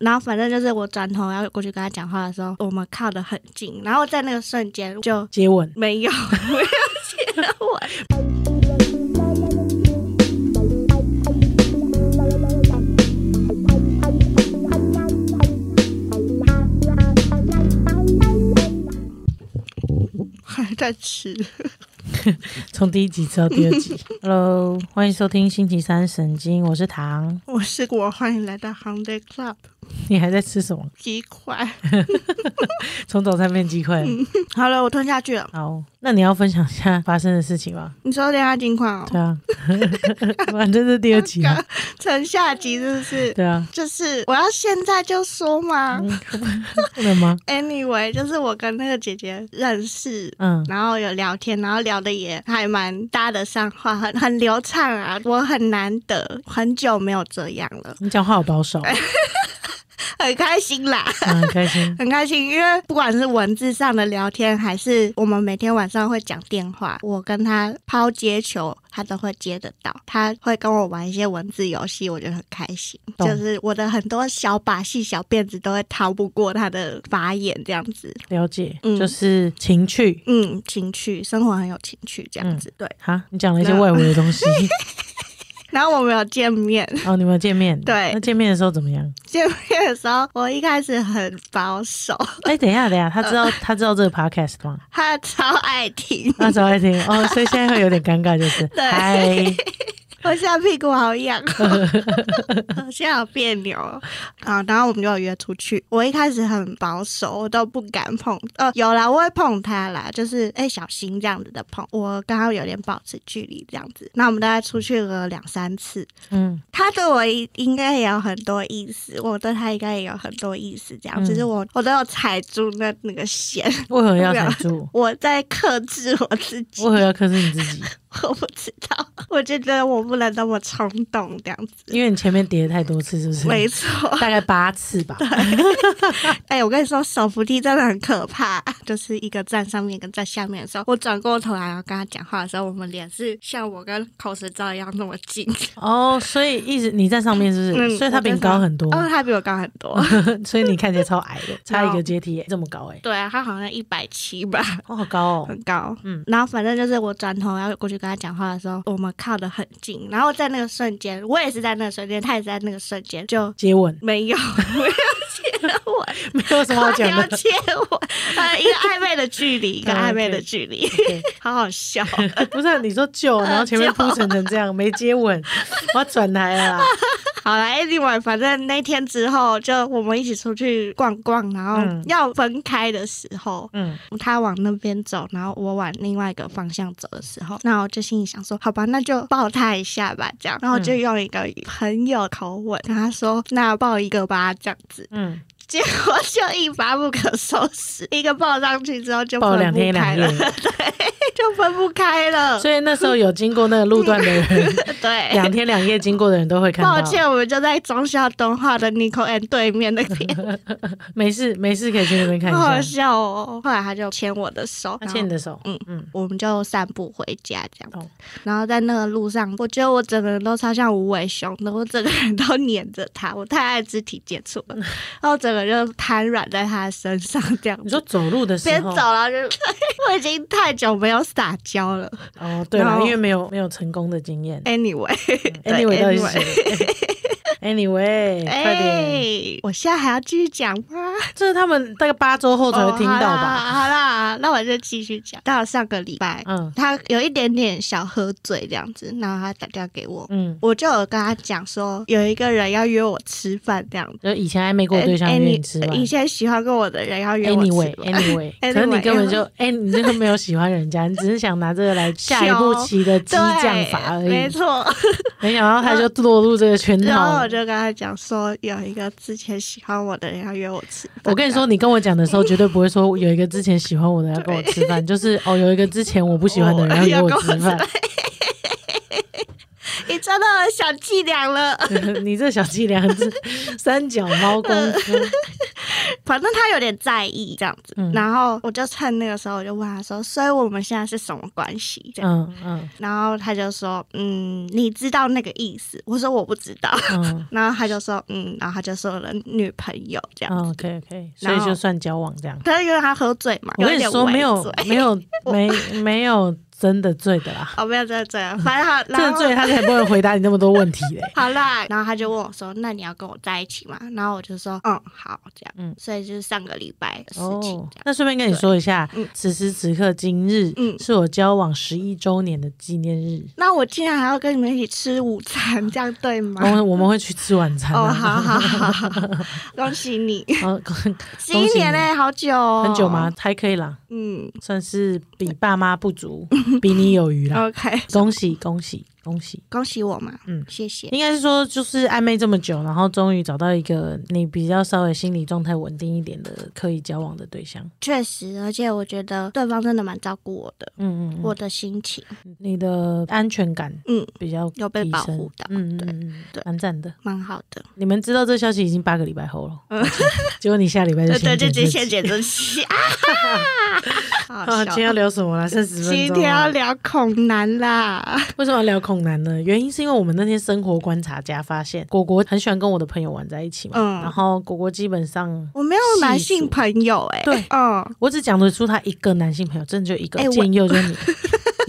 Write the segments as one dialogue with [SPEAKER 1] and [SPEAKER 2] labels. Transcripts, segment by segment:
[SPEAKER 1] 然后反正就是我转头要过去跟他讲话的时候，我们靠得很近，然后在那个瞬间就
[SPEAKER 2] 接吻。
[SPEAKER 1] 没有 没有接吻。 还在吃，
[SPEAKER 2] 从第一集吃到第 二集。Hello，欢迎收听星期三神经，我是糖。
[SPEAKER 1] 我是我，欢迎来到 Hungry Club，
[SPEAKER 2] 你还在吃什么？
[SPEAKER 1] 鸡块。
[SPEAKER 2] 从早餐变鸡块。
[SPEAKER 1] 好了，我吞下去了。
[SPEAKER 2] 好，那你要分享一下发生的事情吗？
[SPEAKER 1] 你说恋爱近况哦，
[SPEAKER 2] 对啊，反正是第二集啊。
[SPEAKER 1] 陈下集是不是？
[SPEAKER 2] 对啊，
[SPEAKER 1] 就是我要现在就说嘛。
[SPEAKER 2] 不能吗？
[SPEAKER 1] Anyway，就是我跟那个姐姐认识，
[SPEAKER 2] 嗯，
[SPEAKER 1] 然后有聊天，然后聊的也还蛮搭得上话，很很流畅啊。我很难得，很久没有这样了，
[SPEAKER 2] 你讲话好 保守，
[SPEAKER 1] 很开心啦。
[SPEAKER 2] 嗯，很开 心。
[SPEAKER 1] 很开心，因为不管是文字上的聊天，还是我们每天晚上会讲电话，我跟他抛接球，他都会接得到。他会跟我玩一些文字游戏，我觉得很开心。
[SPEAKER 2] 懂
[SPEAKER 1] 就是我的很多小把戏、小辫子都会逃不过他的法眼，这样子。
[SPEAKER 2] 了解，
[SPEAKER 1] 嗯
[SPEAKER 2] 就是情趣。
[SPEAKER 1] 嗯，情趣生活很有情趣，这样子、对。
[SPEAKER 2] 哈，你讲了一些
[SPEAKER 1] 那
[SPEAKER 2] 外围 的东西，
[SPEAKER 1] 然后我们有见面，
[SPEAKER 2] 哦，你们有见面，
[SPEAKER 1] 对
[SPEAKER 2] 那见面的时候怎 么样？
[SPEAKER 1] 见面的时候，我一开始很保守，
[SPEAKER 2] 哎、等一下，等一下，他知
[SPEAKER 1] 呃
[SPEAKER 2] 道、他知道这个 podcast 吗？
[SPEAKER 1] 他超爱听，
[SPEAKER 2] 他早爱听哦，所以现在会有点尴尬，就是
[SPEAKER 1] 对
[SPEAKER 2] 嗨，
[SPEAKER 1] 我现在屁股好痒、哦， 我现在好别扭、哦。啊，然后我们就有约出去。我一开始很保守，我都不敢碰。呃，有啦，我会碰他啦，就是哎、小心这样子的碰。我刚刚有点保持距离这样子。那我们大概出去了两三次，
[SPEAKER 2] 嗯，
[SPEAKER 1] 他对我一应该也有很多意思，我对他应该也有很多意思，这样、
[SPEAKER 2] 嗯
[SPEAKER 1] 只是我我都有踩住那那个线，
[SPEAKER 2] 为何要踩住？
[SPEAKER 1] 我在克制我自己。
[SPEAKER 2] 为何要克制你自 己？
[SPEAKER 1] 我不知道，我觉得我不能那么冲动这样子。
[SPEAKER 2] 因为你前面叠了太多次，是不是？
[SPEAKER 1] 没错，
[SPEAKER 2] 大概八次吧。
[SPEAKER 1] 哎、我跟你说，手扶梯真的很可怕， 就是一个站上面，一个站下面的时候，我转过头来然后跟他讲话的时候，我们脸是像我跟口水罩一样那么近，
[SPEAKER 2] 哦，所以一直你在上面是不是？
[SPEAKER 1] 嗯
[SPEAKER 2] 所以他比你高很多，嗯
[SPEAKER 1] 哦，他比我高很多，
[SPEAKER 2] 所以你看起来超矮的，差一个阶梯耶这么高哎、
[SPEAKER 1] 对啊，他好像一百七吧，
[SPEAKER 2] 哦，好高哦。
[SPEAKER 1] 很高，
[SPEAKER 2] 嗯
[SPEAKER 1] 嗯，然后反正就是我转头要过去跟他讲话的时候，我们靠得很近，然后在那个瞬间，我也是在那个瞬间，他也是在那个瞬间就
[SPEAKER 2] 接吻
[SPEAKER 1] 没有 没有接吻，
[SPEAKER 2] 没有什么好讲
[SPEAKER 1] 没有
[SPEAKER 2] 的。
[SPEAKER 1] 接吻，呃，一个暧昧的距离，一个
[SPEAKER 2] 嗯
[SPEAKER 1] 暧昧
[SPEAKER 2] ，OK
[SPEAKER 1] 的距离，
[SPEAKER 2] OK
[SPEAKER 1] 好好 笑。
[SPEAKER 2] 不是啊、你说 呃旧，然后前面
[SPEAKER 1] 旧
[SPEAKER 2] 铺陈成这样，没接吻，我要转台了啦。
[SPEAKER 1] 好了，Anyway，反正那天之后就我们一起出去逛逛，然后
[SPEAKER 2] 嗯
[SPEAKER 1] 要分开的时候，
[SPEAKER 2] 嗯，
[SPEAKER 1] 他往那边走，然后我往另外一个方向走的时候，那我就心里想说，好吧，那就抱他一下吧，这
[SPEAKER 2] 嗯
[SPEAKER 1] 样，然后我就用一个朋友口吻跟他说，那抱一个吧，这样子，
[SPEAKER 2] 嗯，
[SPEAKER 1] 结果就一发不可收拾，一个抱上去之后就
[SPEAKER 2] 抱
[SPEAKER 1] 分
[SPEAKER 2] 两天
[SPEAKER 1] 不
[SPEAKER 2] 一
[SPEAKER 1] 开
[SPEAKER 2] 两
[SPEAKER 1] 了，
[SPEAKER 2] 夜，
[SPEAKER 1] 就分不开了，
[SPEAKER 2] 所以那时候有经过那个路段的 人，
[SPEAKER 1] 对，
[SPEAKER 2] 两天两夜经过的人都会看
[SPEAKER 1] 抱
[SPEAKER 2] 到。
[SPEAKER 1] 歉，我们就在中校东化的 Nico and 对面那边，
[SPEAKER 2] 没事没事，可以去那 边看
[SPEAKER 1] 好好
[SPEAKER 2] 一下。
[SPEAKER 1] 笑哦。后来他就牵我的手，
[SPEAKER 2] 他
[SPEAKER 1] 然后
[SPEAKER 2] 牵你的哦手，嗯
[SPEAKER 1] 嗯
[SPEAKER 2] 嗯，
[SPEAKER 1] 我们就散步回家这样
[SPEAKER 2] 懂
[SPEAKER 1] 子。然后在那个路上，我觉得我整个人都超像无尾熊的，我整个人都黏着他，我太爱肢体接 触了，然后整个就瘫软在他的身上这 样子。
[SPEAKER 2] 你说走路的时
[SPEAKER 1] 边
[SPEAKER 2] 候
[SPEAKER 1] 走，了就，我已经太久没有撒娇了。
[SPEAKER 2] 哦，对了
[SPEAKER 1] 然，后
[SPEAKER 2] 因为没有没有成功的经验。
[SPEAKER 1] Anyway，对
[SPEAKER 2] Anyway，到底是
[SPEAKER 1] anyway
[SPEAKER 2] 谁 ？Anyway，快 点，
[SPEAKER 1] 哎，我现在还要继续讲吗？
[SPEAKER 2] 这是他们大概八周后才会听到吧？
[SPEAKER 1] 哦好啦好啦，那我就继续讲。到上个礼拜，
[SPEAKER 2] 嗯
[SPEAKER 1] 他有一点点小喝醉这样子，然后他打电话给我，
[SPEAKER 2] 嗯，
[SPEAKER 1] 我就有跟他讲说，有一个人要约我吃饭这样子。
[SPEAKER 2] 就以前暧昧过的对象约你吃饭。
[SPEAKER 1] 以前喜欢过我的人要呃约我吃饭。
[SPEAKER 2] Anyway，Anyway，可是你
[SPEAKER 1] Anyway，
[SPEAKER 2] 根本就哎，你这个没有喜欢人家，你只是想拿这个来下一步棋的激将法而
[SPEAKER 1] 对没
[SPEAKER 2] 已。
[SPEAKER 1] 错。
[SPEAKER 2] 没想到他就落入这个圈
[SPEAKER 1] 然后
[SPEAKER 2] 套
[SPEAKER 1] 我。就跟他讲说，有一个之前喜欢我的人要约我吃饭。
[SPEAKER 2] 我跟你说，你跟我讲的时候，绝对不会说有一个之前喜欢我的要跟我吃饭，就是哦，有一个之前我不喜欢的人要跟我吃饭。
[SPEAKER 1] 你真的很小伎俩了。
[SPEAKER 2] 你这小伎俩，这三脚猫功夫。
[SPEAKER 1] 反正他有点在意这样子。
[SPEAKER 2] 嗯
[SPEAKER 1] 然后我就趁那个时候，我就问他说：“所以我们现在是什么关系？”这样，
[SPEAKER 2] 嗯嗯
[SPEAKER 1] 然后他就说：“嗯，你知道那个意思。”我说：“我不知道。
[SPEAKER 2] 嗯
[SPEAKER 1] 然后他就说：“嗯。”然后他就说了女朋友这样。
[SPEAKER 2] 嗯，OK OK，所
[SPEAKER 1] 然
[SPEAKER 2] 以
[SPEAKER 1] 后
[SPEAKER 2] 就算交往这样。
[SPEAKER 1] 可是因为他喝醉嘛，
[SPEAKER 2] 我跟
[SPEAKER 1] 有
[SPEAKER 2] 你
[SPEAKER 1] 点
[SPEAKER 2] 说，没
[SPEAKER 1] 微
[SPEAKER 2] 有
[SPEAKER 1] 醉
[SPEAKER 2] 没有没没有真的醉的 啦，
[SPEAKER 1] 哦，没有真的醉了，反正他
[SPEAKER 2] 真的醉
[SPEAKER 1] 然后
[SPEAKER 2] 他才不会回答你那么多问题嘞。
[SPEAKER 1] 好啦，然后他就问我说：“那你要跟我在一起吗？”然后我就说：“嗯，好，这样。”
[SPEAKER 2] 嗯
[SPEAKER 1] 所以就是上个礼拜 的事情
[SPEAKER 2] 哦
[SPEAKER 1] 这，样。
[SPEAKER 2] 那顺便跟你说一下
[SPEAKER 1] 对嗯，
[SPEAKER 2] 此时此刻今日
[SPEAKER 1] 嗯
[SPEAKER 2] 是我交往十一周年的纪念日，
[SPEAKER 1] 那我竟然还要跟你们一起吃午餐，这样对吗
[SPEAKER 2] 我？们我们会去吃晚餐
[SPEAKER 1] 啊哦，
[SPEAKER 2] 啊。
[SPEAKER 1] 好好 好好，恭喜你，
[SPEAKER 2] 哦，
[SPEAKER 1] 十一年嘞，好久、哦，
[SPEAKER 2] 很久吗？？还可以啦，
[SPEAKER 1] 嗯
[SPEAKER 2] 算是比爸妈不足，比你有余啦。
[SPEAKER 1] ，OK，
[SPEAKER 2] 恭喜恭喜恭喜！
[SPEAKER 1] 恭喜我嘛，
[SPEAKER 2] 嗯
[SPEAKER 1] 嗯，谢谢。
[SPEAKER 2] 应该是说，就是暧昧这么久，然后终于找到一个你比较稍微心理状态稳定一点的可以交往的对象。
[SPEAKER 1] 确实，而且我觉得对方真的蛮照顾我的，
[SPEAKER 2] 嗯嗯，
[SPEAKER 1] 我的心情，
[SPEAKER 2] 嗯你的安全感
[SPEAKER 1] 嗯，
[SPEAKER 2] 比较
[SPEAKER 1] 有被
[SPEAKER 2] 提
[SPEAKER 1] 保
[SPEAKER 2] 升
[SPEAKER 1] 护到
[SPEAKER 2] 嗯嗯
[SPEAKER 1] 对
[SPEAKER 2] 嗯，
[SPEAKER 1] 对
[SPEAKER 2] 蛮赞的。
[SPEAKER 1] 蛮好的。
[SPEAKER 2] 你们知道这消息已经八个礼拜后了，结果你下礼拜就
[SPEAKER 1] 嗯对对，
[SPEAKER 2] 先
[SPEAKER 1] 这
[SPEAKER 2] 解
[SPEAKER 1] 集
[SPEAKER 2] 释
[SPEAKER 1] 先剪这期 啊，好
[SPEAKER 2] 啊，
[SPEAKER 1] 好
[SPEAKER 2] 今
[SPEAKER 1] 笑
[SPEAKER 2] 天。要聊什么啦？三十分
[SPEAKER 1] 今
[SPEAKER 2] 钟啊
[SPEAKER 1] 天要
[SPEAKER 2] 啦。
[SPEAKER 1] 聊恐男啦，
[SPEAKER 2] 为什么要聊恐男呢？原因是因为我们那天生活观察家发现，果果很喜欢跟我的朋友玩在一起嘛。
[SPEAKER 1] 嗯
[SPEAKER 2] 然后果果基本上，
[SPEAKER 1] 我没有男性朋友哎、
[SPEAKER 2] 对
[SPEAKER 1] 嗯，
[SPEAKER 2] 我只讲得出他一个男性朋友，真的就一个，
[SPEAKER 1] 哎我
[SPEAKER 2] 建佑就是你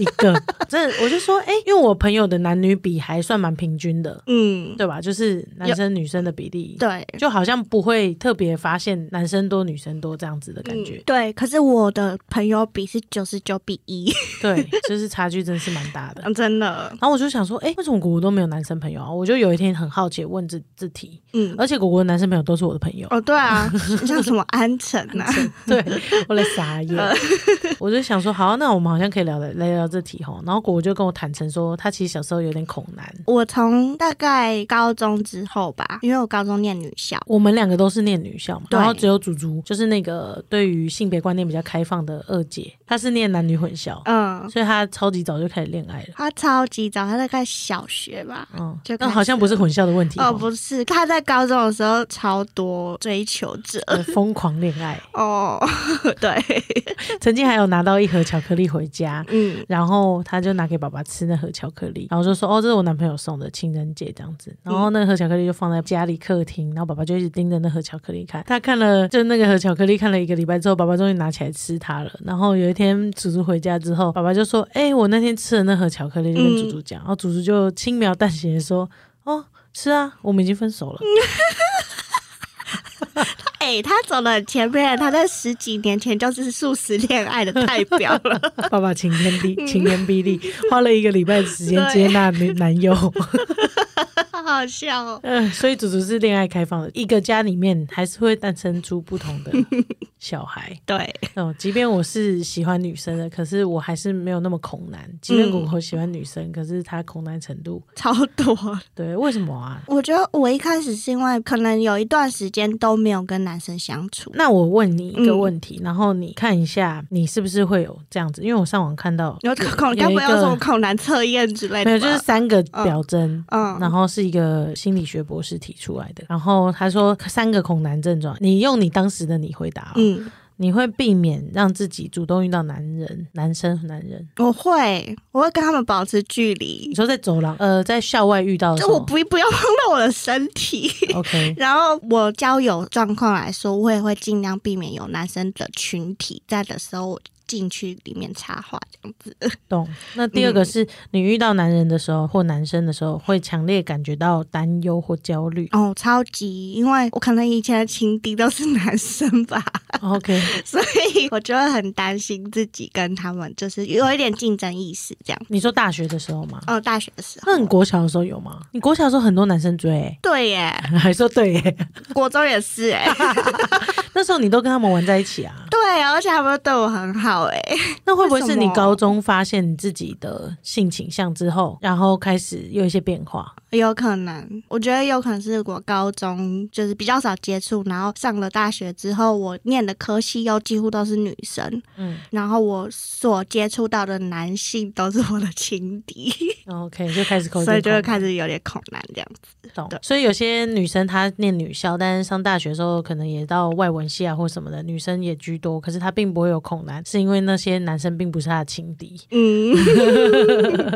[SPEAKER 2] 一个。真的，我就说，哎、因为我朋友的男女比还算蛮平均的，
[SPEAKER 1] 嗯，
[SPEAKER 2] 对吧？就是男生女生的比例，
[SPEAKER 1] 对，
[SPEAKER 2] 就好像不会特别发现男生多女生多这样子的感觉
[SPEAKER 1] 嗯。对，可是我的朋友比是九十九比 一，
[SPEAKER 2] 对，就是差距真是蛮 大的。
[SPEAKER 1] 真的，
[SPEAKER 2] 然后我就想说，哎、为什么果果都没有男生朋友啊？我就有一天很好奇地问这这题，
[SPEAKER 1] 嗯，
[SPEAKER 2] 而且果果的男生朋友都是我的朋友，
[SPEAKER 1] 哦，对啊，你像什么安城啊，
[SPEAKER 2] 对，我的傻眼。
[SPEAKER 1] 嗯
[SPEAKER 2] 我就想说，好，啊那我们好像可以聊聊聊聊这题哈。然后果果就跟我坦诚说，他其实小时候有点恐男。
[SPEAKER 1] 我从大概高中之后吧，因为我高中念女校，
[SPEAKER 2] 我们两个都是念女校嘛，
[SPEAKER 1] 对
[SPEAKER 2] 然后只有祖祖就是那个对于性别观念比较开放的二姐，她是念男女混校，
[SPEAKER 1] 嗯，
[SPEAKER 2] 所以她超级早就开始恋爱了。
[SPEAKER 1] 他超级早，他大概小学吧。
[SPEAKER 2] 嗯
[SPEAKER 1] 就，开
[SPEAKER 2] 但好像不是混校的问题
[SPEAKER 1] 哦，
[SPEAKER 2] 齁
[SPEAKER 1] 不是，他在高中的时候超多追求者
[SPEAKER 2] 呃疯狂恋爱，
[SPEAKER 1] 哦， 对，
[SPEAKER 2] 曾经还有拿到一盒巧克力回家，
[SPEAKER 1] 嗯，
[SPEAKER 2] 然后他就拿给爸爸吃那盒巧克力，然后就说：“哦，这是我男朋友送的情人节这样子。”然后那盒巧克力就放在家里客厅，然后爸爸就一直盯着那盒巧克力看。他看了就那个盒巧克力看了一个礼拜之后，爸爸终于拿起来吃它了。然后有一天祖祖回家之后，爸爸就说：“哎、我那天吃了那盒巧克力，就跟祖祖讲。然后祖祖就轻描淡写的说：“哦，是啊，我们已经分手了。
[SPEAKER 1] 哎、他走了前面，他在十几年前就是素食恋爱的代表 了，
[SPEAKER 2] 爸爸晴天地晴天霹雳，花了一个礼拜的时间接纳女男友。
[SPEAKER 1] 好好笑哦。
[SPEAKER 2] 嗯， 所以祖祖是恋爱开放的，一个家里面还是会诞生出不同 的小孩。
[SPEAKER 1] 对，
[SPEAKER 2] 嗯，即便我是喜欢女生的，可是我还是没有那么恐男。即便
[SPEAKER 1] 嗯
[SPEAKER 2] 我喜欢女生，可是她恐男程度，
[SPEAKER 1] 超多。
[SPEAKER 2] 对，为什么啊？
[SPEAKER 1] 我觉得我一开始是因为可能有一段时间都没有跟男生相处，
[SPEAKER 2] 那我问你
[SPEAKER 1] 嗯
[SPEAKER 2] 一个问题，然后你看一下，你是不是会有这样子？因为我上网看到
[SPEAKER 1] 有恐，
[SPEAKER 2] 有
[SPEAKER 1] 该不会有
[SPEAKER 2] 一个
[SPEAKER 1] 什么恐男测验之哎类的吧？
[SPEAKER 2] 没有，就是三个表征。
[SPEAKER 1] 嗯，
[SPEAKER 2] 然后是一个心理学博士提出来的，然后他说三个恐男症状，你用你当时的你回答、哦，
[SPEAKER 1] 嗯，
[SPEAKER 2] 你会避免让自己主动遇到男人、男生、和男人。
[SPEAKER 1] 我会，我会跟他们保持距
[SPEAKER 2] 你
[SPEAKER 1] 离，
[SPEAKER 2] 说在走廊，呃，在校外遇到的时
[SPEAKER 1] 就
[SPEAKER 2] 候
[SPEAKER 1] 我不不要碰到我的身体。
[SPEAKER 2] o k
[SPEAKER 1] 然后我交友状况来说，我也会尽量避免有男生的群体在的时候，我进去里面插话这样子。。
[SPEAKER 2] 懂。那第二个是、你遇到男人的时候或男生的时候，会强烈感觉到担忧或焦虑
[SPEAKER 1] 哦，超级，因为我可能以前的情敌都是男生吧，
[SPEAKER 2] OK，
[SPEAKER 1] 所以我就会很担心自己跟他们就是有一点竞争意识这样。
[SPEAKER 2] 你说大学的时候吗？
[SPEAKER 1] 哦，大学的时候，
[SPEAKER 2] 那你国小的时候有吗？你国小的时候很多男生追、欸
[SPEAKER 1] 对耶，
[SPEAKER 2] 还说对、欸，
[SPEAKER 1] 国中也是哎，
[SPEAKER 2] 那时候你都跟他们玩在一起啊？
[SPEAKER 1] 对，而且他们都对我很好哎，
[SPEAKER 2] 那会不会是
[SPEAKER 1] 为
[SPEAKER 2] 你
[SPEAKER 1] 什么
[SPEAKER 2] 高中发现你自己的性倾向之后，然后开始有一些变化？
[SPEAKER 1] 有可能，我觉得有可能是我高中就是比较少接触，然后上了大学之后，我念的科系又几乎都是女生，
[SPEAKER 2] 嗯
[SPEAKER 1] 然后我所接触到的男性都是我的情敌，
[SPEAKER 2] ，OK，就开始口
[SPEAKER 1] 所以就会
[SPEAKER 2] 会
[SPEAKER 1] 开始有点恐难这样子。
[SPEAKER 2] 懂
[SPEAKER 1] 对。
[SPEAKER 2] 所以有些女生她念女校，但是上大学的时候可能也到外文系啊或什么的，女生也居多，可是她并不会有恐男，是因为那些男生并不是她的情敌。
[SPEAKER 1] 嗯，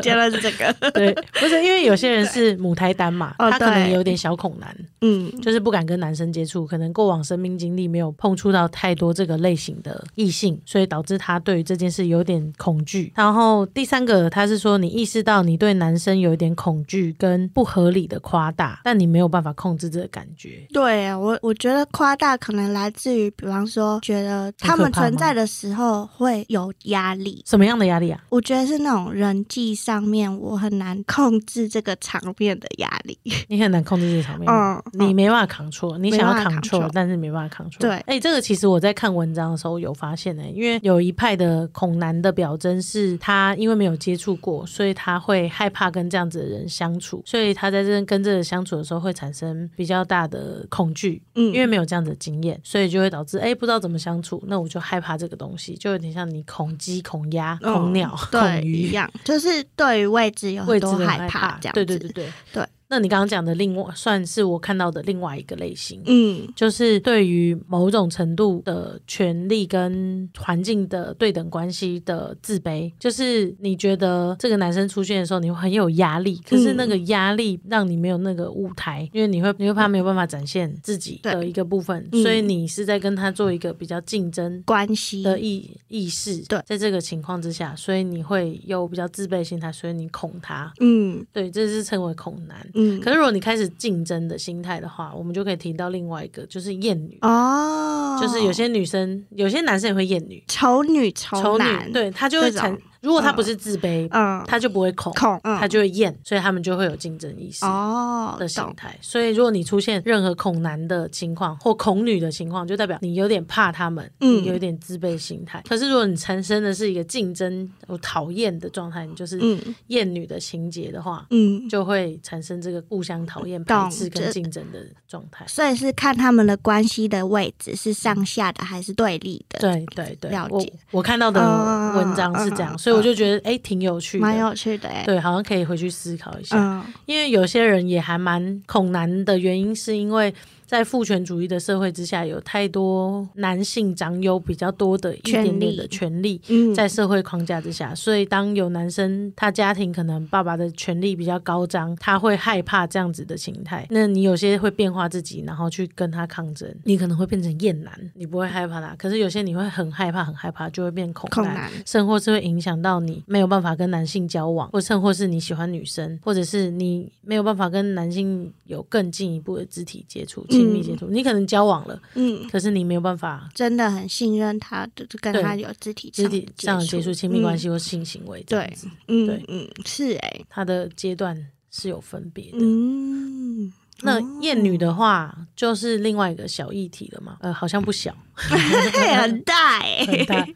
[SPEAKER 1] 结论是这个。
[SPEAKER 2] 对，不是因为有些人是母胎单 嘛，
[SPEAKER 1] 哦
[SPEAKER 2] 她可能
[SPEAKER 1] 对
[SPEAKER 2] 有点小恐男，
[SPEAKER 1] 嗯，
[SPEAKER 2] 就是不敢跟男生接触，可能过往生命经历没有碰触到太多这个类型的异性，所以导致他对于这件事有点恐惧。然后第三个，他是说你意识到你对男生有一点恐惧跟不合理的夸大，但你没有办法控制这个感觉。
[SPEAKER 1] 对我，我觉得夸大可能来自于，比方说，觉得他们存在的时候会有压力。
[SPEAKER 2] 什么样的压力啊？
[SPEAKER 1] 我觉得是那种人际上面，我很难控制这个场面的压力。
[SPEAKER 2] 你很难控制这个场面。
[SPEAKER 1] 嗯，
[SPEAKER 2] 你
[SPEAKER 1] 嗯
[SPEAKER 2] 没办法扛错，你想要
[SPEAKER 1] 没办法
[SPEAKER 2] 扛错
[SPEAKER 1] control，
[SPEAKER 2] 但是没办法扛错。
[SPEAKER 1] 对
[SPEAKER 2] 哎、这个其实我在看文章的时候有发现呢、欸因为有一派的恐男的表征是他因为没有接触过，所以他会害怕跟这样子的人相处，所以他在这跟这个相处的时候会产生比较大的恐惧，
[SPEAKER 1] 嗯
[SPEAKER 2] 因为没有这样子的经验，所以就会导致哎、不知道怎么相处，那我就害怕这个东西，就有点像你恐鸡、恐鸭、
[SPEAKER 1] 嗯
[SPEAKER 2] 恐鸟、恐
[SPEAKER 1] 对
[SPEAKER 2] 鱼
[SPEAKER 1] 一样，就是对于未知有
[SPEAKER 2] 未
[SPEAKER 1] 很
[SPEAKER 2] 知
[SPEAKER 1] 多
[SPEAKER 2] 的
[SPEAKER 1] 害
[SPEAKER 2] 怕，
[SPEAKER 1] 这样子。
[SPEAKER 2] 对对对对
[SPEAKER 1] 对。
[SPEAKER 2] 那你刚刚讲的另外算是我看到的另外一个类型，
[SPEAKER 1] 嗯
[SPEAKER 2] 就是对于某种程度的权利跟环境的对等关系的自卑，就是你觉得这个男生出现的时候，你会很有压力，可是那个
[SPEAKER 1] 嗯
[SPEAKER 2] 压力让你没有那个舞台，因为你会你会怕没有办法展现自己的
[SPEAKER 1] 对
[SPEAKER 2] 一个部分，
[SPEAKER 1] 嗯
[SPEAKER 2] 所以你是在跟他做一个比较竞争。
[SPEAKER 1] 关系
[SPEAKER 2] 的意意识，
[SPEAKER 1] 嗯对
[SPEAKER 2] 在这个情况之下，所以你会有比较自卑心态，所以你恐他，
[SPEAKER 1] 嗯
[SPEAKER 2] 对，这是称为恐男。
[SPEAKER 1] 嗯
[SPEAKER 2] 可是如果你开始竞争的心态的话，我们就可以提到另外一个，就是厌女，
[SPEAKER 1] 哦，
[SPEAKER 2] 就是有些女生，有些男生也会厌女，
[SPEAKER 1] 丑女
[SPEAKER 2] 丑
[SPEAKER 1] 丑男
[SPEAKER 2] 女，，对他就会产
[SPEAKER 1] 这种，
[SPEAKER 2] 如果他不是自卑，
[SPEAKER 1] 嗯，
[SPEAKER 2] 他就不会恐，
[SPEAKER 1] 恐嗯
[SPEAKER 2] 他就会厌，所以他们就会有竞争意识。
[SPEAKER 1] 哦
[SPEAKER 2] 的心
[SPEAKER 1] 懂
[SPEAKER 2] 态，所以如果你出现任何恐男的情况或恐女的情况，就代表你有点怕他们，
[SPEAKER 1] 嗯
[SPEAKER 2] 你有点自卑心态。可是如果你产生的是一个竞争、我讨厌的状态，你就是
[SPEAKER 1] 嗯
[SPEAKER 2] 厌女的情节的话，
[SPEAKER 1] 嗯，
[SPEAKER 2] 就会产生这个互相讨厌、排
[SPEAKER 1] 懂
[SPEAKER 2] 斥跟
[SPEAKER 1] 这
[SPEAKER 2] 竞争的状态。
[SPEAKER 1] 所以是看他们的关系的位置是上下的还是对立的，
[SPEAKER 2] 对对对，
[SPEAKER 1] 呃了
[SPEAKER 2] 我
[SPEAKER 1] 解
[SPEAKER 2] 我看到的
[SPEAKER 1] 嗯
[SPEAKER 2] 文章是这样，
[SPEAKER 1] 嗯
[SPEAKER 2] 所以我就觉得哎、诶挺有趣
[SPEAKER 1] 蛮
[SPEAKER 2] 的。
[SPEAKER 1] 有趣的哎、
[SPEAKER 2] 对，好像可以回去思考一下，
[SPEAKER 1] 嗯
[SPEAKER 2] 因为有些人也还蛮恐男的原因，是因为在父权主义的社会之下，有太多男性掌有比较多的一
[SPEAKER 1] 权
[SPEAKER 2] 点点
[SPEAKER 1] 利
[SPEAKER 2] 的权利，
[SPEAKER 1] 嗯，
[SPEAKER 2] 在社会框架之下，所以当有男生他家庭可能爸爸的权力比较高涨，他会害怕这样子的形态。那你有些会变化自己，然后去跟他抗争，你可能会变成厌男，你不会害怕他。可是有些你会很害怕，很害怕，就会变恐
[SPEAKER 1] 恐
[SPEAKER 2] 男
[SPEAKER 1] 男，
[SPEAKER 2] 甚或是会影响到你没有办法跟男性交往，或甚或是你喜欢女生，或者是你没有办法跟男性有更进一步的肢体接触、亲密接触。你可能交往了，
[SPEAKER 1] 嗯，
[SPEAKER 2] 可是你没有办法
[SPEAKER 1] 真的很信任他，就是跟
[SPEAKER 2] 对
[SPEAKER 1] 他有肢体
[SPEAKER 2] 肢体上
[SPEAKER 1] 上
[SPEAKER 2] 的
[SPEAKER 1] 的
[SPEAKER 2] 接触、嗯亲密关
[SPEAKER 1] 系，
[SPEAKER 2] 系或性行为这样子。
[SPEAKER 1] 嗯
[SPEAKER 2] 对
[SPEAKER 1] 嗯嗯，是哎、
[SPEAKER 2] 它的阶段是有分别的。
[SPEAKER 1] 嗯，
[SPEAKER 2] 那
[SPEAKER 1] 哦
[SPEAKER 2] 厌女的话，就是另外一个小议题了嘛，呃，好像不小，
[SPEAKER 1] 嘿很大 哎、
[SPEAKER 2] 很大。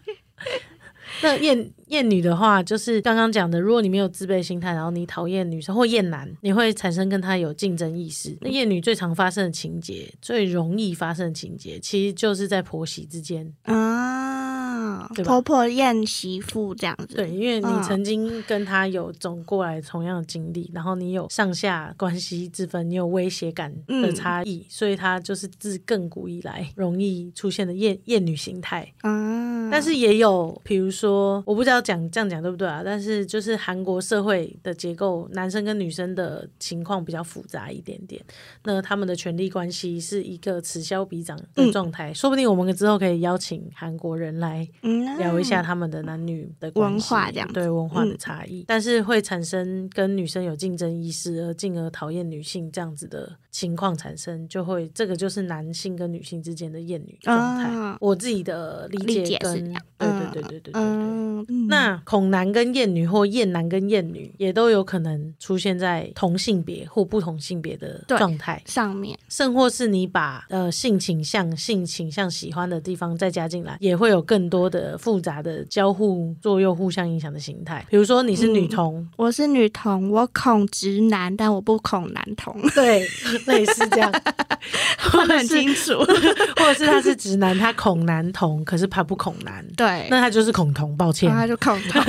[SPEAKER 2] 那厌厌女的话，就是刚刚讲的，如果你没有自卑心态，然后你讨厌女生或厌男，你会产生跟他有竞争意识。那厌女最常发生的情节，最容易发生的情节，其实就是在婆媳之间。
[SPEAKER 1] 啊，
[SPEAKER 2] 对吧
[SPEAKER 1] 婆婆宴媳妇这样子，
[SPEAKER 2] 对，因为你
[SPEAKER 1] 嗯
[SPEAKER 2] 曾经跟他有总过来同样的经历，然后你有上下关系之分，你有威胁感
[SPEAKER 1] 嗯
[SPEAKER 2] 的差异，所以他就是自亘古以来容易出现的厌厌女形态。
[SPEAKER 1] 啊，
[SPEAKER 2] 但是也有，比如说，我不知道讲这样讲对不对啊，但是就是韩国社会的结构，男生跟女生的情况比较复杂一点点，那他们的权力关系是一个此消彼长的
[SPEAKER 1] 嗯
[SPEAKER 2] 状态，说不定我们之后可以邀请韩国人来
[SPEAKER 1] 嗯
[SPEAKER 2] 聊一下他们的男女的关系
[SPEAKER 1] 文化这样子嗯
[SPEAKER 2] 对文化的差异，但是会产生跟女生有竞争意识，而进而讨厌女性这样子的情况产生，就会这个就是男性跟女性之间的厌女状态。
[SPEAKER 1] 啊
[SPEAKER 2] 我自己的理
[SPEAKER 1] 理
[SPEAKER 2] 解
[SPEAKER 1] 解
[SPEAKER 2] 跟
[SPEAKER 1] 是样。
[SPEAKER 2] 对对
[SPEAKER 1] 嗯
[SPEAKER 2] 对对对对对
[SPEAKER 1] 嗯，
[SPEAKER 2] 那恐男跟厌女或厌男跟厌女也都有可能出现在同性别或不同性别的
[SPEAKER 1] 对
[SPEAKER 2] 状态，
[SPEAKER 1] 上面
[SPEAKER 2] 甚或是你把呃性倾向、性倾向喜欢的地方再加进来，也会有更多的复杂的交互作用、互相影响的形态。比如说你是女同，
[SPEAKER 1] 我是女同，我恐直男，但我不恐男同，
[SPEAKER 2] 对，类似这样，或
[SPEAKER 1] 分得
[SPEAKER 2] 者
[SPEAKER 1] 很
[SPEAKER 2] 是
[SPEAKER 1] 清楚。
[SPEAKER 2] 或者是他是直男，他恐男同，可是他不恐男，
[SPEAKER 1] 对，
[SPEAKER 2] 那他就是恐同，抱歉
[SPEAKER 1] 然后。他就恐 同。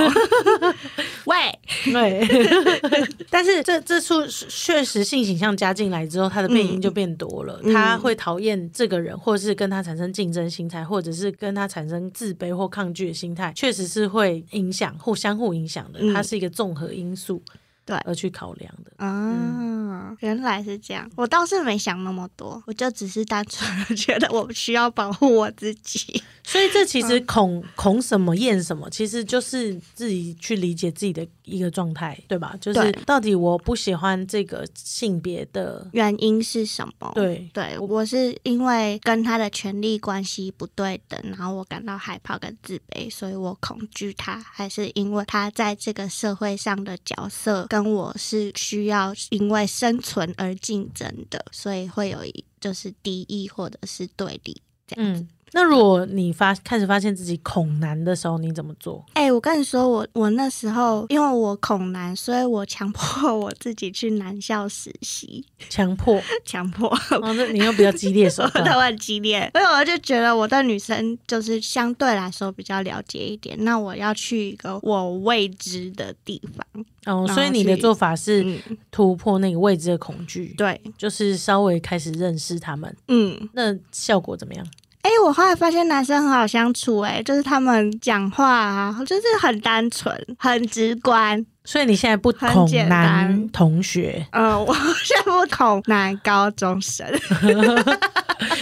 [SPEAKER 1] 喂，
[SPEAKER 2] 对， 但是这这处确实性倾向加进来之后，他的变因就变多了。
[SPEAKER 1] 嗯
[SPEAKER 2] 他会讨厌这个人，或者是跟他产生竞争心态，或者是跟他产生自卑或抗拒的心态，确实是会影响或相互影响的。
[SPEAKER 1] 嗯
[SPEAKER 2] 它是一个综合因素，
[SPEAKER 1] 对
[SPEAKER 2] 而去考量的。
[SPEAKER 1] 啊，原来是这样，我倒是没想那么多，我就只是单纯的 觉得我需要保护我自己。
[SPEAKER 2] 所以这其
[SPEAKER 1] 嗯
[SPEAKER 2] 实恐、恐什么厌什么，其实就是自己去理解自己的一个状态，对吧？就是
[SPEAKER 1] 对
[SPEAKER 2] 到底我不喜欢这个性别的，
[SPEAKER 1] 原因是什么？。
[SPEAKER 2] 对
[SPEAKER 1] 对，我是因为跟他的权力关系不对等，然后我感到害怕跟自卑，所以我恐惧他，还是因为他在这个社会上的角色跟我是需要因为生存而竞争的，所以会有一就是敌意或者是对立这样子。
[SPEAKER 2] 嗯，那如果你发开始发现自己恐男的时候，你怎么做？
[SPEAKER 1] 哎、我跟你说，我我那时候因为我恐男，所以我强迫 我自己去男校实习，
[SPEAKER 2] 强 迫？
[SPEAKER 1] 强迫。
[SPEAKER 2] 哦，这你用比较激烈手
[SPEAKER 1] 我
[SPEAKER 2] 段。哦
[SPEAKER 1] 很激烈，所以我就觉得我对女生就是相对来说比较了解一点。那我要去一个我未知的地方，
[SPEAKER 2] 哦，所以你的做法是
[SPEAKER 1] 嗯，
[SPEAKER 2] 突破那个未知的恐惧，
[SPEAKER 1] 对，
[SPEAKER 2] 就是稍微开始认识他们。
[SPEAKER 1] 嗯，
[SPEAKER 2] 那效果怎么样？
[SPEAKER 1] 哎、我后来发现男生很好相处、哎，就是他们讲话啊，就是很单纯，很直观。
[SPEAKER 2] 所以你现在不
[SPEAKER 1] 很
[SPEAKER 2] 恐
[SPEAKER 1] 简
[SPEAKER 2] 男
[SPEAKER 1] 单
[SPEAKER 2] 同学，
[SPEAKER 1] 嗯，我 现在不恐男高中生，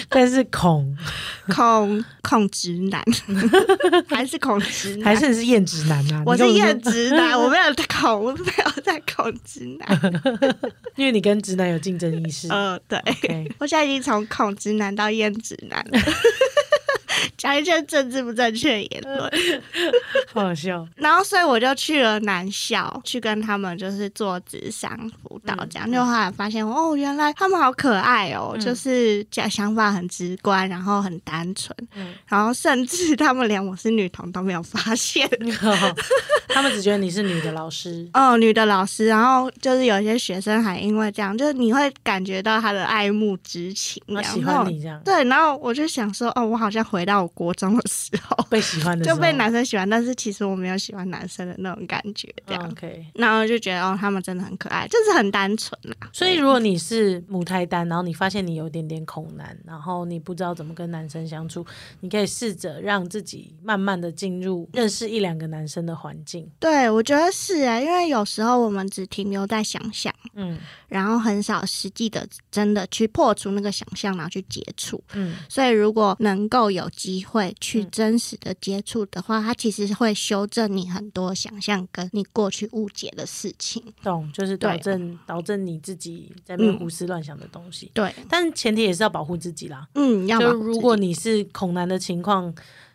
[SPEAKER 2] 但是恐
[SPEAKER 1] 恐恐直 男，还是恐直男，
[SPEAKER 2] 还是你是厌直男啊？
[SPEAKER 1] 我
[SPEAKER 2] 你根
[SPEAKER 1] 是
[SPEAKER 2] 本就
[SPEAKER 1] 厌直 男，我没有在恐，我没有在恐直男。
[SPEAKER 2] 因为你跟直男有竞争 意识。
[SPEAKER 1] 嗯、对。
[SPEAKER 2] OK，
[SPEAKER 1] 我现在已经从恐直男到厌直男 了，讲一些政治不正确的言论。
[SPEAKER 2] 好好笑。
[SPEAKER 1] 然后，所以我就去了男校，去跟他们就是做智商辅导，这
[SPEAKER 2] 嗯
[SPEAKER 1] 样。就后来发现，哦，原来他们好可爱哦，就是讲想法很直观，然后很单纯，
[SPEAKER 2] 嗯
[SPEAKER 1] 然后甚至他们连我是女童都没有发现。
[SPEAKER 2] 他们只觉得你是女的 老师，
[SPEAKER 1] 哦，女的老师，然后就是有一些学生还因为这样，就是你会感觉到他的爱慕之情，
[SPEAKER 2] 然后
[SPEAKER 1] 然
[SPEAKER 2] 喜
[SPEAKER 1] 后
[SPEAKER 2] 欢你这样，
[SPEAKER 1] 对，然后我就想说，哦，我好像回到我国中的时候，
[SPEAKER 2] 被喜欢的时
[SPEAKER 1] 就
[SPEAKER 2] 候
[SPEAKER 1] 被男生喜欢，但是其实我没有喜欢男生的那种感觉，这样。
[SPEAKER 2] 嗯 OK。
[SPEAKER 1] 然后就觉得哦，他们真的很可爱，就是很单纯啊啦。
[SPEAKER 2] 所以，如果你是母胎单，然后你发现你有一点点恐男，然后你不知道怎么跟男生相处，你可以试着让自己慢慢的进入认识一两个男生的环境。
[SPEAKER 1] 对，我觉得是啊，因为有时候我们只停留在想象，
[SPEAKER 2] 嗯
[SPEAKER 1] 然后很少实际的真的去破除那个想象，然后去接触。
[SPEAKER 2] 嗯，
[SPEAKER 1] 所以，如果能够有机会去真实的接触的话，它其实会修正你很多想象跟你过去误解的事情。
[SPEAKER 2] 懂，就是
[SPEAKER 1] 对
[SPEAKER 2] 导正导正你自己在那边胡思乱想的东西。
[SPEAKER 1] 对，
[SPEAKER 2] 但前提也是要保护自己啦。
[SPEAKER 1] 嗯，要
[SPEAKER 2] 就
[SPEAKER 1] 保护自
[SPEAKER 2] 如
[SPEAKER 1] 己
[SPEAKER 2] 果你是恐男的情况，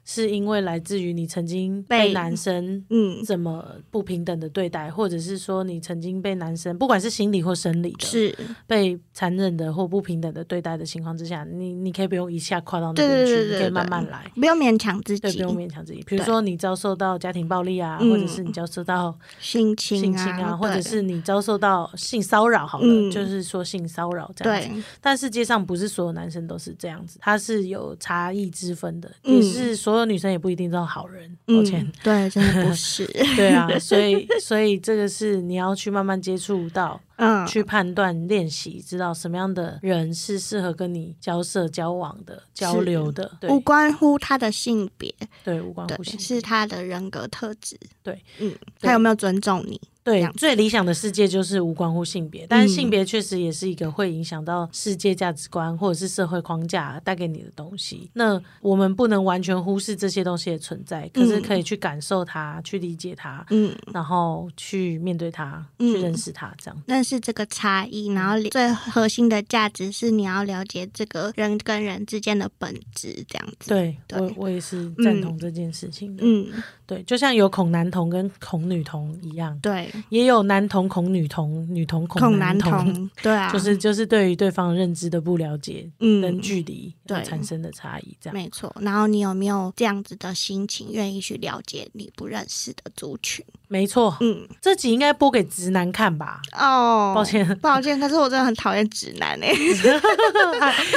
[SPEAKER 2] 是因为来自于你曾经被
[SPEAKER 1] 被
[SPEAKER 2] 男生
[SPEAKER 1] 嗯
[SPEAKER 2] 怎么不平等的对待，或者是说你曾经被男生不管是心理或生理的，
[SPEAKER 1] 是，
[SPEAKER 2] 被残忍的或不平等的对待的情况之下，你你可以不用一下跨到那
[SPEAKER 1] 对
[SPEAKER 2] 边
[SPEAKER 1] 对
[SPEAKER 2] 去，
[SPEAKER 1] 对
[SPEAKER 2] 你
[SPEAKER 1] 对，
[SPEAKER 2] 可以
[SPEAKER 1] 对
[SPEAKER 2] 慢慢来，
[SPEAKER 1] 不用勉强自
[SPEAKER 2] 对，
[SPEAKER 1] 己
[SPEAKER 2] 不，用勉强自己。比如
[SPEAKER 1] 对
[SPEAKER 2] 说你遭受到家庭暴力啊，
[SPEAKER 1] 嗯
[SPEAKER 2] 或者是你遭 受到
[SPEAKER 1] 性侵
[SPEAKER 2] 性侵
[SPEAKER 1] 啊，
[SPEAKER 2] 啊，或者
[SPEAKER 1] 对
[SPEAKER 2] 是你遭受到性骚扰，好了，
[SPEAKER 1] 嗯
[SPEAKER 2] 就是说性骚扰这样子。
[SPEAKER 1] 对，
[SPEAKER 2] 但世界上不是所有男生都是这样子，他是有差异之分的，
[SPEAKER 1] 嗯
[SPEAKER 2] 也是所有女生也不一定都好人。抱歉，
[SPEAKER 1] 嗯，对，真的不是，
[SPEAKER 2] 对 啊，所以所以这个是你要去慢慢接触到，
[SPEAKER 1] 嗯，
[SPEAKER 2] 去判断、练习，知道什么样的人是适合跟你交涉、交往的、交流的。对
[SPEAKER 1] 无关乎他的性别，
[SPEAKER 2] 对，无关
[SPEAKER 1] 对
[SPEAKER 2] 乎，性。
[SPEAKER 1] 是他的人格特质，
[SPEAKER 2] 对，
[SPEAKER 1] 嗯，
[SPEAKER 2] 对
[SPEAKER 1] 他有没有尊重你？这
[SPEAKER 2] 对
[SPEAKER 1] 样，
[SPEAKER 2] 最理想的世界就是无关乎性别，但是性别确实也是一个会影响到世界价值观或者是社会框架带给你的东西。那我们不能完全忽视这些东西的存在，可是可以去感受它，去理解它，
[SPEAKER 1] 嗯，
[SPEAKER 2] 然后去面对它，
[SPEAKER 1] 嗯
[SPEAKER 2] 去认识它，这样。
[SPEAKER 1] 认识这个差异，
[SPEAKER 2] 嗯
[SPEAKER 1] 然后最核心的价值是你要了解这个人跟人之间的本质，这样子。，
[SPEAKER 2] 对
[SPEAKER 1] 对
[SPEAKER 2] 我，我也是赞同这件事情的。
[SPEAKER 1] 嗯，
[SPEAKER 2] 对，就像有恐男童跟恐女童一样，
[SPEAKER 1] 对，
[SPEAKER 2] 也有男童恐女童，女童
[SPEAKER 1] 恐
[SPEAKER 2] 恐
[SPEAKER 1] 男
[SPEAKER 2] 童，
[SPEAKER 1] 同， 对啊，
[SPEAKER 2] 就是就是对于对方认知的不了解，跟
[SPEAKER 1] 嗯，
[SPEAKER 2] 距离
[SPEAKER 1] 对
[SPEAKER 2] 而产生的差异，这样。
[SPEAKER 1] 没错。然后你有没有这样子的心情，愿意去了解你不认识的族群？
[SPEAKER 2] 没错，
[SPEAKER 1] 嗯，
[SPEAKER 2] 这集应该播给直男看吧？
[SPEAKER 1] 哦，
[SPEAKER 2] 抱， 歉，
[SPEAKER 1] 抱歉，可是我真的很讨厌直男欸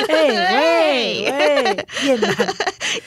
[SPEAKER 1] 诶、
[SPEAKER 2] 哎喂喂，厌男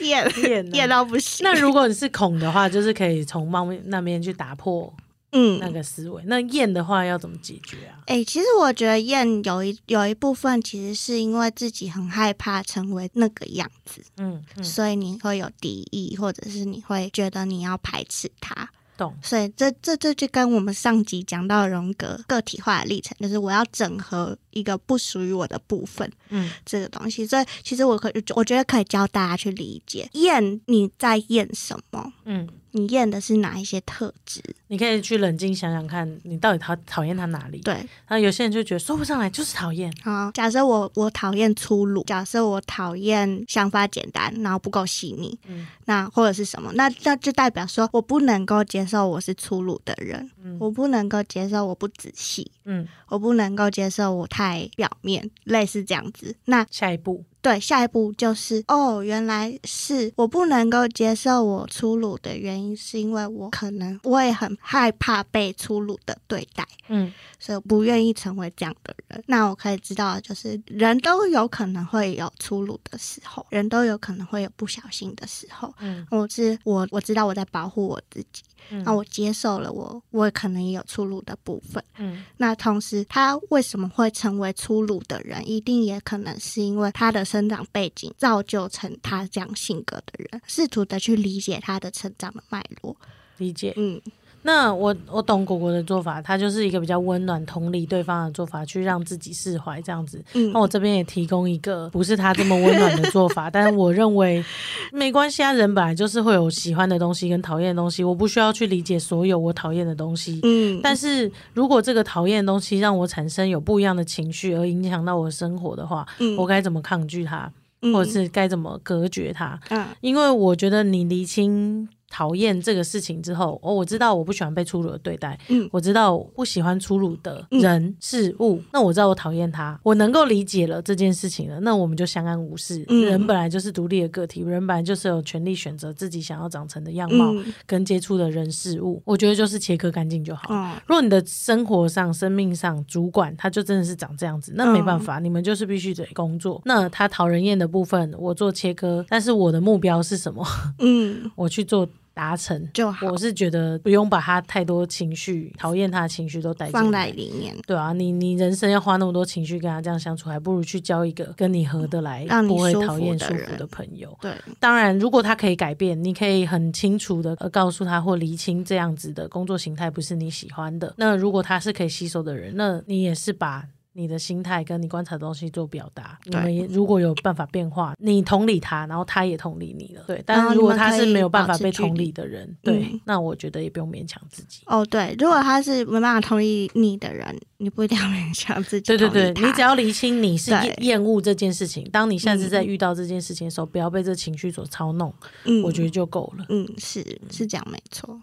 [SPEAKER 1] 厌
[SPEAKER 2] 厌
[SPEAKER 1] 哎厌
[SPEAKER 2] 男。
[SPEAKER 1] 到不行。
[SPEAKER 2] 那如果你是恐的话，就是可以从猫咪那边去打破
[SPEAKER 1] 嗯，
[SPEAKER 2] 那个思维。那厌的话要怎么解决啊？
[SPEAKER 1] 哎、其实我觉得燕有一有一部分其实是因为自己很害怕成为那个样子，
[SPEAKER 2] 嗯嗯，
[SPEAKER 1] 所以你会有敌意，或者是你会觉得你要排斥他。
[SPEAKER 2] 懂。
[SPEAKER 1] 所以这这这就跟我们上集讲到荣格个体化的历程，就是我要整合一个不属于我的部分
[SPEAKER 2] 嗯，
[SPEAKER 1] 这个东西。所以其实我可我觉得可以教大家去理解厌你在厌什么，
[SPEAKER 2] 嗯，
[SPEAKER 1] 你厌的是哪一些特质？
[SPEAKER 2] 你可以去冷静想想看，你到底讨讨厌他哪里？
[SPEAKER 1] 对，
[SPEAKER 2] 那有些人就觉得说不上来，就是讨厌。
[SPEAKER 1] 好，假设我我讨厌粗鲁，假设我讨厌想法简单，然后不够细腻，
[SPEAKER 2] 嗯
[SPEAKER 1] 那或者是什么，那那就代表说我不能够接受我是粗鲁的人，
[SPEAKER 2] 嗯
[SPEAKER 1] 我不能够接受我不仔细，
[SPEAKER 2] 嗯，
[SPEAKER 1] 我不能够接受我太表面，类似这样子。那
[SPEAKER 2] 下一步，
[SPEAKER 1] 对，下一步就是哦，原来是我不能够接受我粗鲁的原因，是因为我可能我也很害怕被粗鲁的对待。
[SPEAKER 2] 嗯
[SPEAKER 1] 所以我不愿意成为这样的人。那我可以知道，就是人都有可能会有粗鲁的时候，人都有可能会有不小心的时候。
[SPEAKER 2] 嗯
[SPEAKER 1] 我是我我知道我在保护我自己，
[SPEAKER 2] 嗯
[SPEAKER 1] 那我接受了我我可能也有粗鲁的部分。
[SPEAKER 2] 嗯
[SPEAKER 1] 那同时，他为什么会成为粗鲁的人，一定也可能是因为他的生长背景造就成他这样性格的人。试图的去理解他的成长的脉络。
[SPEAKER 2] 理解。
[SPEAKER 1] 嗯
[SPEAKER 2] 那我我懂果果的做法，他就是一个比较温暖、同理对方的做法，去让自己释怀这样子。
[SPEAKER 1] 嗯
[SPEAKER 2] 那我这边也提供一个不是他这么温暖的做法， 但是我认为没关系啊，人本来就是会有喜欢的东西跟讨厌的东西，我不需要去理解所有我讨厌的东西。
[SPEAKER 1] 嗯，
[SPEAKER 2] 但是如果这个讨厌的东西让我产生有不一样的情绪，而影响到我的生活的话，
[SPEAKER 1] 嗯
[SPEAKER 2] 我该怎么抗拒它，
[SPEAKER 1] 嗯
[SPEAKER 2] 或者是该怎么隔绝它？
[SPEAKER 1] 嗯
[SPEAKER 2] 因为我觉得你厘清讨厌这个事情之后，哦，我知道我不喜欢被粗鲁的对待，
[SPEAKER 1] 嗯
[SPEAKER 2] 我知道我不喜欢粗鲁的人、事物，那我知道我讨厌他，我能够理解了这件事情了，那我们就相安无事。
[SPEAKER 1] 嗯
[SPEAKER 2] 人本来就是独立的个体，人本来就是有权利选择自己想要长成的样貌、
[SPEAKER 1] 嗯
[SPEAKER 2] 跟接触的人事物，我觉得就是切割干净就好了。
[SPEAKER 1] 嗯
[SPEAKER 2] 如果你的生活上、生命上，主管他就真的是长这样子，
[SPEAKER 1] 嗯
[SPEAKER 2] 那没办法，你们就是必须得工作。那他讨人厌的部分，我做切割，但是我的目标是什么？
[SPEAKER 1] 嗯
[SPEAKER 2] 我去做达成。
[SPEAKER 1] 就好。
[SPEAKER 2] 我是觉得不用把他太多情绪、讨厌他的情绪都带进来
[SPEAKER 1] 放在里面，
[SPEAKER 2] 对啊，你你人生要花那么多情绪跟他这样相处，还不如去交一个跟你合得来、
[SPEAKER 1] 让你
[SPEAKER 2] 不会
[SPEAKER 1] 舒服
[SPEAKER 2] 讨厌、
[SPEAKER 1] 的
[SPEAKER 2] 舒服
[SPEAKER 1] 人
[SPEAKER 2] 的朋友。
[SPEAKER 1] 对，
[SPEAKER 2] 当然，如果他可以改变，你可以很清楚的告诉他或厘清这样子的工作形态不是你喜欢的。那如果他是可以吸收的人，那你也是把。你的心态跟你观察的东西做表达，你
[SPEAKER 1] 对
[SPEAKER 2] 们也如果有办法变化，你同理他，然后他也同理你了，对。
[SPEAKER 1] 然后
[SPEAKER 2] 但是如果
[SPEAKER 1] 你们
[SPEAKER 2] 他
[SPEAKER 1] 可以
[SPEAKER 2] 是没有办法
[SPEAKER 1] 保持
[SPEAKER 2] 被
[SPEAKER 1] 距离
[SPEAKER 2] 同理的人，对，
[SPEAKER 1] 嗯
[SPEAKER 2] 那我觉得也不用勉强自己。
[SPEAKER 1] 哦对，如果他是没办法同意你的人，你不一定要勉强自己
[SPEAKER 2] 对对
[SPEAKER 1] 同
[SPEAKER 2] 对，
[SPEAKER 1] 意他
[SPEAKER 2] 你只要厘清你是
[SPEAKER 1] 对
[SPEAKER 2] 厌厌恶这件事情，当你下次再遇到这件事情的时候，不要被这情绪所操弄，
[SPEAKER 1] 嗯，
[SPEAKER 2] 我觉得就够了。
[SPEAKER 1] 嗯是是这样没错，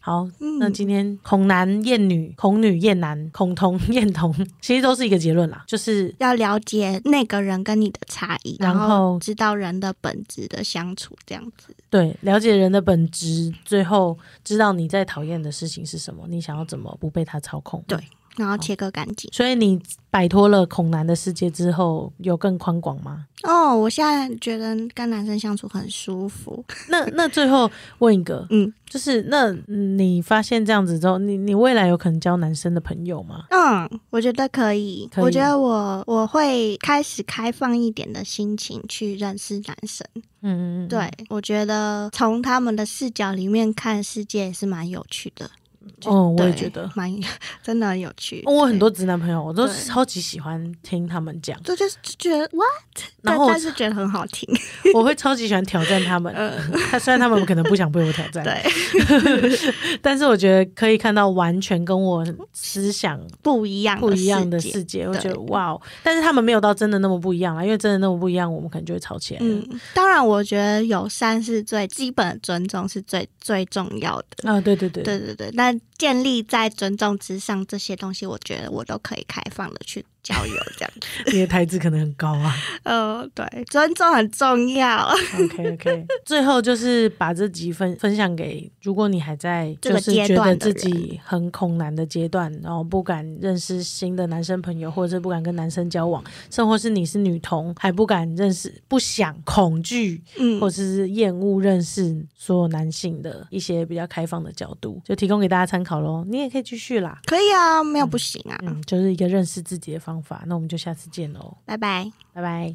[SPEAKER 2] 好，
[SPEAKER 1] 嗯
[SPEAKER 2] 那今天恐男厌女、恐女厌男、恐同 厌同，其实都是一个结论啦，就是
[SPEAKER 1] 要了解那个人跟你的差异，
[SPEAKER 2] 然后
[SPEAKER 1] 后知道人的本质的相处这样子，
[SPEAKER 2] 对了解人的本质，最后知道你在讨厌的事情是什么，你想要怎么不被他操控。
[SPEAKER 1] 对然后切割干净。
[SPEAKER 2] 所以你摆脱了恐男的世界之后，有更宽广吗？
[SPEAKER 1] 哦，我现在觉得跟男生相处很舒服。
[SPEAKER 2] 那那最后问一个，
[SPEAKER 1] 嗯
[SPEAKER 2] 就是那你发现这样子之后，你你未来有可能交男生的朋友吗？
[SPEAKER 1] 嗯，我觉得可以，
[SPEAKER 2] 可以啊
[SPEAKER 1] 我觉得我我会开始开放一点的心情去认识男生。
[SPEAKER 2] 嗯嗯嗯，
[SPEAKER 1] 对，我觉得从他们的视角里面看世界也是蛮有趣的。趣。
[SPEAKER 2] 哦我也
[SPEAKER 1] 对
[SPEAKER 2] 觉得哦
[SPEAKER 1] 蛮真的很有 趣。
[SPEAKER 2] 我很多直男朋友，我都
[SPEAKER 1] 对
[SPEAKER 2] 超级喜欢听他们 讲，
[SPEAKER 1] 对，就是就觉得 what，但
[SPEAKER 2] 然后我
[SPEAKER 1] 但是觉得很好 听。呃
[SPEAKER 2] 我会超级喜欢挑战他
[SPEAKER 1] 嗯
[SPEAKER 2] 们。他虽然他们可能不想被我挑战，
[SPEAKER 1] 对，
[SPEAKER 2] 但是我觉得可以看到完全跟我思想
[SPEAKER 1] 不一样
[SPEAKER 2] 不一样的
[SPEAKER 1] 世界
[SPEAKER 2] 世界，我
[SPEAKER 1] 对
[SPEAKER 2] 觉得哇哦！但是他们没有到真的那么不一样啊，因为真的那么不一样，我们可能就会吵起来。嗯
[SPEAKER 1] 嗯，当然，我觉得友善是最基本的尊重是最最重要的。
[SPEAKER 2] 啊，对对对，
[SPEAKER 1] 对对对，那建立在尊重之上，这些东西我觉得我都可以开放的去交友， 这样。
[SPEAKER 2] 你的台子可能很高啊。
[SPEAKER 1] 呃，对，尊重很重要，
[SPEAKER 2] OK OK，最 后就是把这集分分享给，如果你还在
[SPEAKER 1] 这
[SPEAKER 2] 就
[SPEAKER 1] 个
[SPEAKER 2] 是
[SPEAKER 1] 阶
[SPEAKER 2] 觉
[SPEAKER 1] 段的
[SPEAKER 2] 得自己很恐男的阶段，然后不敢认识新的男生朋友，或者是不敢跟男生交往，甚或是你是女同还不敢认识、不想、恐惧
[SPEAKER 1] 嗯
[SPEAKER 2] 或者是厌恶认识所有男性的一些比较开放的角度，就提供给大家参考喽。你也可以继续啦，
[SPEAKER 1] 可以啊，没有不行啊，
[SPEAKER 2] 嗯，就是一个认识自己的方法。那我们就下次见喽，
[SPEAKER 1] 拜拜。
[SPEAKER 2] 拜拜。